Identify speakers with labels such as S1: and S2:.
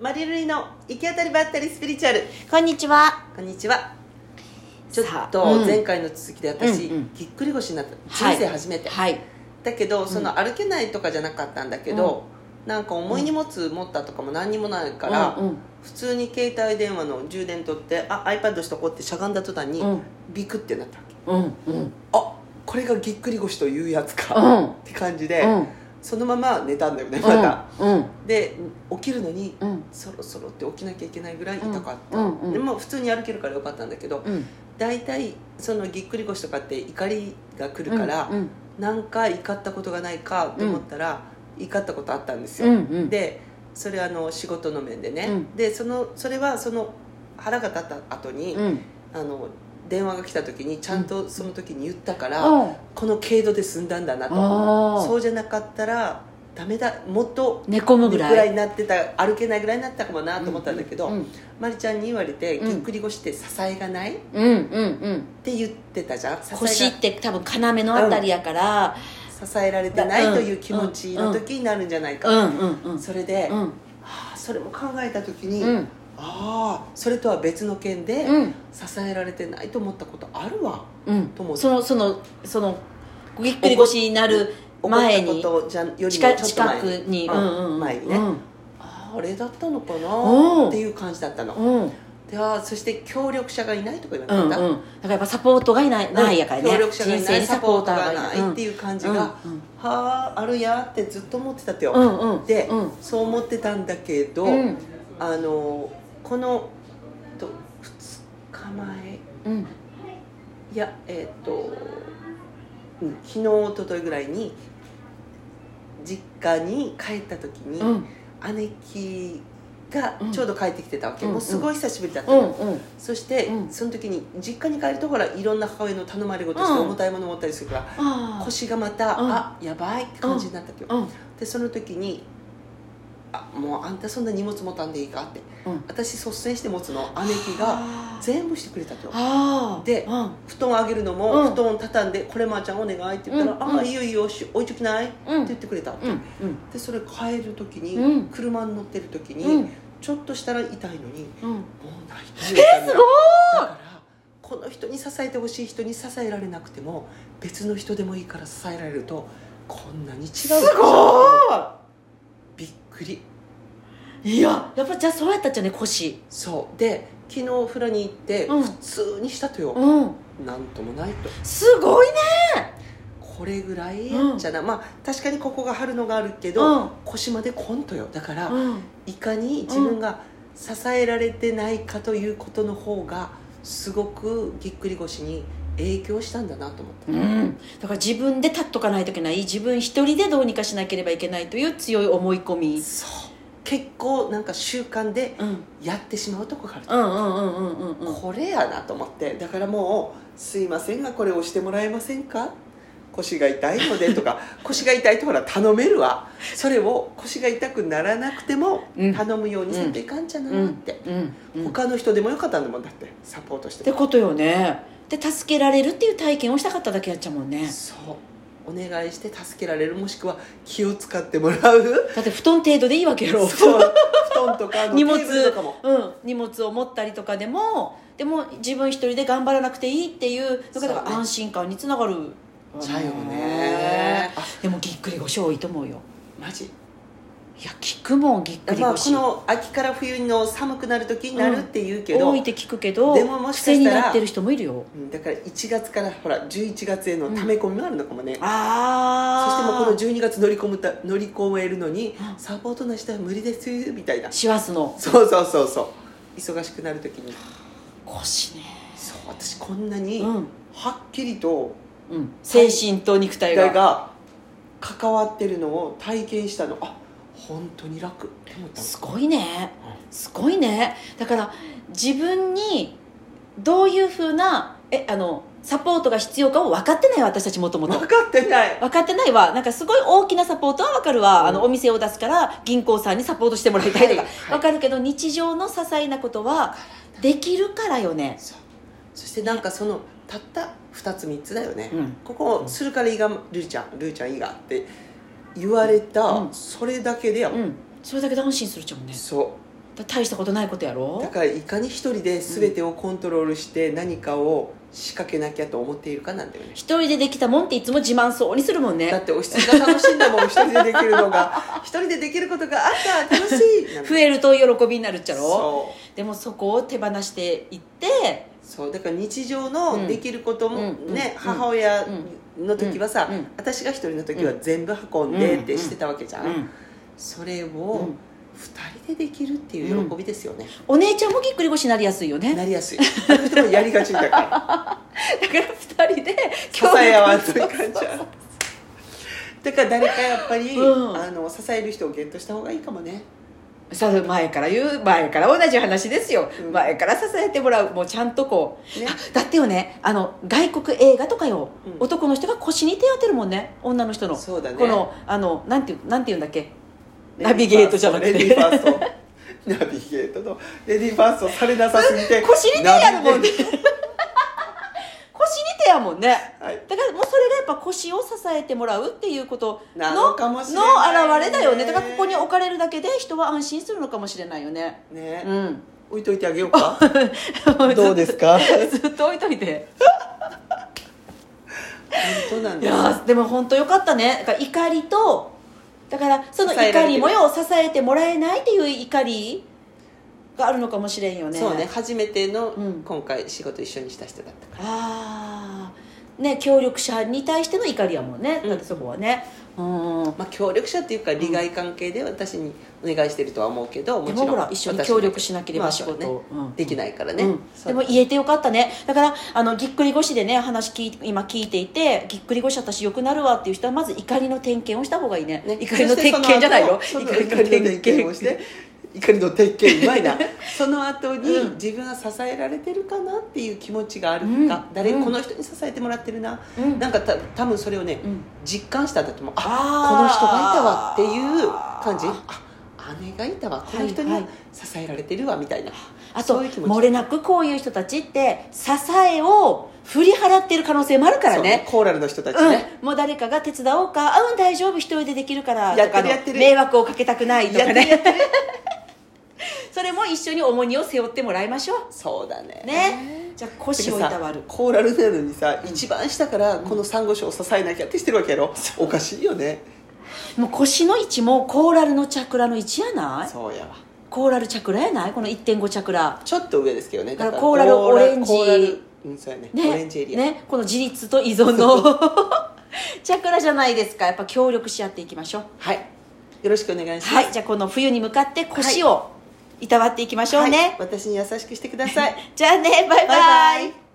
S1: マリルリの行き当たりばったりスピリチュアル
S2: こんにちは。
S1: こんにちはちょっ
S2: さあう
S1: と
S2: ん
S1: 前回の続きで私、
S2: うんうん
S1: ぎっくり腰になった
S2: はい
S1: 人生初めて、
S2: はい。
S1: だけどその歩けないとかじゃなかったんだけど、なんか重い荷物持ったとかも何にもないから、
S2: うんうん
S1: 普通に携帯電話の充電取ってあ iPad しとこうってしゃがんだ途端に、
S2: うん
S1: ビクってなったわけ
S2: うんうん
S1: あこれがぎっくり腰というやつか、
S2: うん
S1: って感じで、
S2: うん
S1: そのまま寝たんだよねまた、
S2: うん
S1: で起きるのに
S2: うん
S1: そろそろって起きなきゃいけないぐらい痛かった、
S2: うんうん
S1: でも普通に歩けるからよかったんだけど
S2: うん
S1: 大体そのぎっくり腰とかって怒りが来
S2: う
S1: る
S2: ん
S1: から、
S2: うん
S1: なんか怒ったことがないかと思ったら、怒ったことあったんです
S2: う
S1: よ、
S2: んうん
S1: でそれあの仕事の面でね、
S2: うん
S1: でそのそれはその腹が立った後に、
S2: うん
S1: あの電話が来た時にちゃんとその時に言ったから、
S2: うん
S1: この軽度で済んだんだなと
S2: あー
S1: そうじゃなかったらダメだもっと
S2: 寝込むぐ
S1: ぐ
S2: ら
S1: ら
S2: い
S1: いになってた歩けないぐらいになってたかもなと思ったんだけど、
S2: うん
S1: まりちゃんに言われて「
S2: うん
S1: ぎっくり腰って支えがない?」っ
S2: うんうんうん
S1: て言ってたじゃん支えが
S2: 腰って多分要のあたりやから
S1: 支えられてない
S2: うん
S1: という気持ちの時になるんじゃないか、
S2: うんうんうん
S1: それで、
S2: う
S1: は
S2: ん
S1: あそれも考えた時に、
S2: うん
S1: ああそれとは別の件で、
S2: うん
S1: 支えられてないと思ったことあるわ
S2: うん
S1: と思う
S2: そのそのそのぎっくり腰になる前
S1: 起
S2: に
S1: こったことじゃよりもちょ
S2: 近
S1: っと
S2: 近
S1: 前
S2: くに
S1: う
S2: うんんうん
S1: 前にね、
S2: うん
S1: あああれだったのか
S2: お
S1: な
S2: ー
S1: っていう感じだったの
S2: うん
S1: ではそして協力者がいないとか言わ
S2: う
S1: れ
S2: んう
S1: てた、
S2: んだからやっぱサポートがいないないやからね
S1: 協力者がい
S2: 人
S1: な
S2: 生
S1: い
S2: に
S1: サ
S2: サ
S1: ポ
S2: ポ
S1: ー
S2: ー
S1: ト
S2: ター
S1: が
S2: がいない
S1: ないっていう感じが、は
S2: うんうん
S1: ああるやってずっと思ってたってよ、
S2: うんうん
S1: で、
S2: うん
S1: そう思ってたんだけど、
S2: うん
S1: あのこのと2日前
S2: うん
S1: いやえっ、と、うん、昨日一昨日ぐらいに実家に帰った時に、
S2: うん
S1: 姉貴がちょうど帰ってきてたわけ、
S2: うん
S1: もうすごい久しぶりだった
S2: う
S1: の、
S2: んうん
S1: そして、
S2: うん
S1: その時に実家に帰るとほらいろんな母親の頼まれ事して
S2: うん
S1: 重たいもの持ったりするから、
S2: あ
S1: 腰がまた、
S2: うん
S1: あやばいって感じになったけど、
S2: あうん
S1: でその時に「あもうあんたそんな荷物持たんでいいか」って、
S2: うん
S1: 私率先して持つの姉貴が
S2: あ
S1: 全部してくれたと
S2: あ
S1: で
S2: うん
S1: 布団あげるのも、
S2: うん
S1: 布団畳んで「これまーちゃんお願い」って言ったら「
S2: うん
S1: ああいいよいいよし置いときない」って
S2: うん
S1: 言ってくれた、
S2: うんうん
S1: でそれ帰る時に、
S2: うん
S1: 車に乗ってる時に、
S2: うん
S1: ちょっとしたら痛いのに
S2: うん
S1: もう泣いてるえすごいだからこの人に支えてほしい人に支えられなくても別の人でもいいから支えられるとこんなに違うすびっくり
S2: いややっぱじゃあそうやったっちゃね腰
S1: そうで昨日お風呂に行って
S2: うん
S1: 普通にしたとよ、
S2: うん
S1: なんともないと
S2: すごいね
S1: これぐらいやっちゃな、まあ確かにここが張るのがあるけど、
S2: うん
S1: 腰までこんとよだから、
S2: うん
S1: いかに自分が支えられてないかということの方がすごくぎっくり腰に影響したんだなと思って、
S2: うんだから自分で立っとかないといけない自分一人でどうにかしなければいけないという強い思い込み
S1: そう結構なんか習慣で
S2: うん
S1: やってしまうとこがある、
S2: うんうんうんうんうんうん
S1: これやなと思ってだからもう「すいませんがこれ押してもらえませんか?」腰が痛いのでとか 腰が痛いとほら頼めるわそれを 腰が痛くならなくても
S2: うん
S1: 頼むようにせんといかんじゃな
S2: う
S1: いっ
S2: ん
S1: て、
S2: うんうんっ
S1: 他の人でもよかったんだもんだってサポートして
S2: てことよねで助けられるっていう体験をしたかっただけやっちゃうもんね
S1: そうお願いして助けられるもしくは気を使ってもらう
S2: だって布団程度でいいわけやろ
S1: そう布団とかあの
S2: 荷物
S1: テーブルとかも
S2: うん、荷物を持ったりとかでもでも自分一人で頑張らなくていいっていうのがだか
S1: そう
S2: ら
S1: ね
S2: 安心感につながるわね
S1: ちゃうよねあ
S2: でもぎっくり腰多いと思うよ
S1: マジ
S2: いや聞くもんぎっくり
S1: まあこ
S2: 腰、
S1: の秋から冬の寒くなる時になるって言うけど、
S2: 多いって聞くけど
S1: でももしかしたら
S2: 癖になってる人もいるよ
S1: うんだから1月からほら11月への溜め込みもあるのかもね、そしてもう
S2: あ
S1: この
S2: そしても
S1: 12
S2: うこ
S1: 月乗り込むた乗り込めるのに
S2: うん
S1: サポートなしでは無理ですみたいな
S2: の師走の
S1: そうそうそうそう忙しくなる時に
S2: 腰ね
S1: そう私こんなに
S2: うん、
S1: はっきりと
S2: うん、精神と肉体が
S1: がが関わってるのを体験したのあ本当に楽って思ったの
S2: すごいねすごいねだから自分にどういうふうなえあのサポートが必要かを分かってない私たちもともと
S1: 分かってない
S2: 分かってないわなんかすごい大きなサポートは分かるわ、
S1: うん
S2: あのお店を出すから銀行さんにサポートしてもらいたいとか、
S1: はいはい
S2: 分かるけど日常の些細なことはできるからよね
S1: そうそしてなんかそのたった2つ3つだよね、
S2: うん
S1: ここするからいいがルーちゃんルーちゃんいいがって言われた、
S2: うん
S1: それだけでや、
S2: うんそれだけで安心するじゃんね
S1: そ
S2: ぱ大したことないことや
S1: だ
S2: ろ
S1: からいかに一人で全てをコントロールして何かを仕掛けなきゃと思っているかなんだよね
S2: 一人でできたもんっていつも自慢そうにするもん
S1: だ
S2: ね
S1: ってお羊が楽しいんだもん一人でできるのが一人でできることがあった楽しいなんか
S2: 増えると喜びになるっちゃろ
S1: そう
S2: でもそこを手放していって
S1: そうだから日常
S2: うん
S1: のできることも
S2: うん
S1: ね、
S2: うん
S1: 母親の時はさ、
S2: うんうん
S1: 私が一人の時は全部運んでってしてたわけじゃん、
S2: うん
S1: それを
S2: ん
S1: 二人でできるっていう喜びですよね、
S2: お姉ちゃんもぎっくり腰になりやすいよね
S1: なりやすいあの人もやりがちだから
S2: だから2人で
S1: 支え合わんとい
S2: 協
S1: か
S2: 力
S1: んじゃんだから誰かやっぱり、
S2: うん
S1: あの支える人をゲットした方がいいかもね
S2: さあ前から言う前から同じ話ですよ、
S1: うん
S2: 前から支えてもらうもうちゃんとこう、
S1: ね
S2: あだってよねあの外国映画とかよ、
S1: うん
S2: 男の人が腰に手当てるもんね女の人の、
S1: そうだね
S2: このあのなんていうなんていうんだっけナビゲートじゃなくて
S1: レディーファーストナビゲートのレディーファーストされなさすぎ て
S2: 腰に手やるもんね
S1: ナビ
S2: 腰に手やもんね
S1: はい
S2: だからもうそれがやっぱ腰を支えてもらうっていうこと
S1: な
S2: の
S1: のかもしれないね
S2: の表れだよねだからここに置かれるだけで人は安心するのかもしれないよね
S1: ね、
S2: うん
S1: 置いといてあげようか どうですか本
S2: ずっと置いといて
S1: 当なん
S2: い
S1: だ
S2: やーでも本当よかったねだから怒りとだからその
S1: 支えら
S2: 怒
S1: れてる
S2: りもよ支えてもらえないっていう怒りがあるのかもしれんよね
S1: そうね初めての
S2: うん
S1: 今回仕事一緒にした人だったから、
S2: ああね協力者に対しての怒りやもんね、
S1: うん
S2: だってそこはねうん
S1: まあ、協力者っていうか利害関係で私にお願いしてるとは思うけども
S2: で
S1: ち
S2: も
S1: ろん
S2: ほら一緒に
S1: 私
S2: 協力しなければ
S1: まあ
S2: 仕事
S1: そう
S2: を
S1: ね、
S2: うん
S1: できないからね、
S2: うん
S1: そう
S2: でも言えてよかったねだからあのぎっくり腰でね話聞い今聞いていてぎっくり腰私よくなるわっていう人はまず怒りの点検をした方がいいね
S1: ね
S2: 怒りの点検じゃないよ
S1: そ
S2: 怒
S1: の
S2: り
S1: 後その
S2: の
S1: 怒りの点
S2: 点
S1: 検を
S2: 検
S1: して怒りの点検うまい なその後に
S2: うん
S1: 自分は支えられてるかなっていう気持ちがあるか、
S2: うん
S1: 誰
S2: うん
S1: この人に支えてもらってるな、
S2: うん
S1: なんかた多分それをね、
S2: うん
S1: 実感した時もあこの人がいたわ
S2: あー
S1: っていう感じあ姉がいたわこの人に
S2: は
S1: はい
S2: はい
S1: 支えられてるわみたいな、
S2: あと
S1: そういう気持ち
S2: 漏れなくこういう人たちって支えを振り払ってる可能性もあるから
S1: そう
S2: ね
S1: コーラルの人たち
S2: うん
S1: ね、
S2: もう誰かが手伝おうかあうん大丈夫一人でできるか
S1: や
S2: ら
S1: ってる
S2: とかの
S1: やってる
S2: 迷惑をかけたくないとか
S1: や
S2: ね それも一緒に重荷を背負ってもらいましょ
S1: そうだね
S2: うねじゃあ腰をいたわる
S1: てかさコーラルなのにさ、一番下からこのサンゴ礁を支えなきゃってしてるわけやろ、おかしいよね
S2: もう腰の位置もコーラルのチャクラの位置やない
S1: そうやわ
S2: コーラルチャクラやないこの1.5チャクラ
S1: ちょっと上ですけどね
S2: だからコーラルオレンジ
S1: コーラルうんそうやね
S2: ね
S1: オレンジエリア、
S2: ね、この自立と依存の チャクラじゃないですかやっぱ協力し合っていきましょう
S1: はいよろしくお願いします、
S2: はいじゃあこの冬に向かって腰をいたわっていきましょうね、
S1: はい私に優しくしてください
S2: じゃあねバイバイ
S1: バイバイ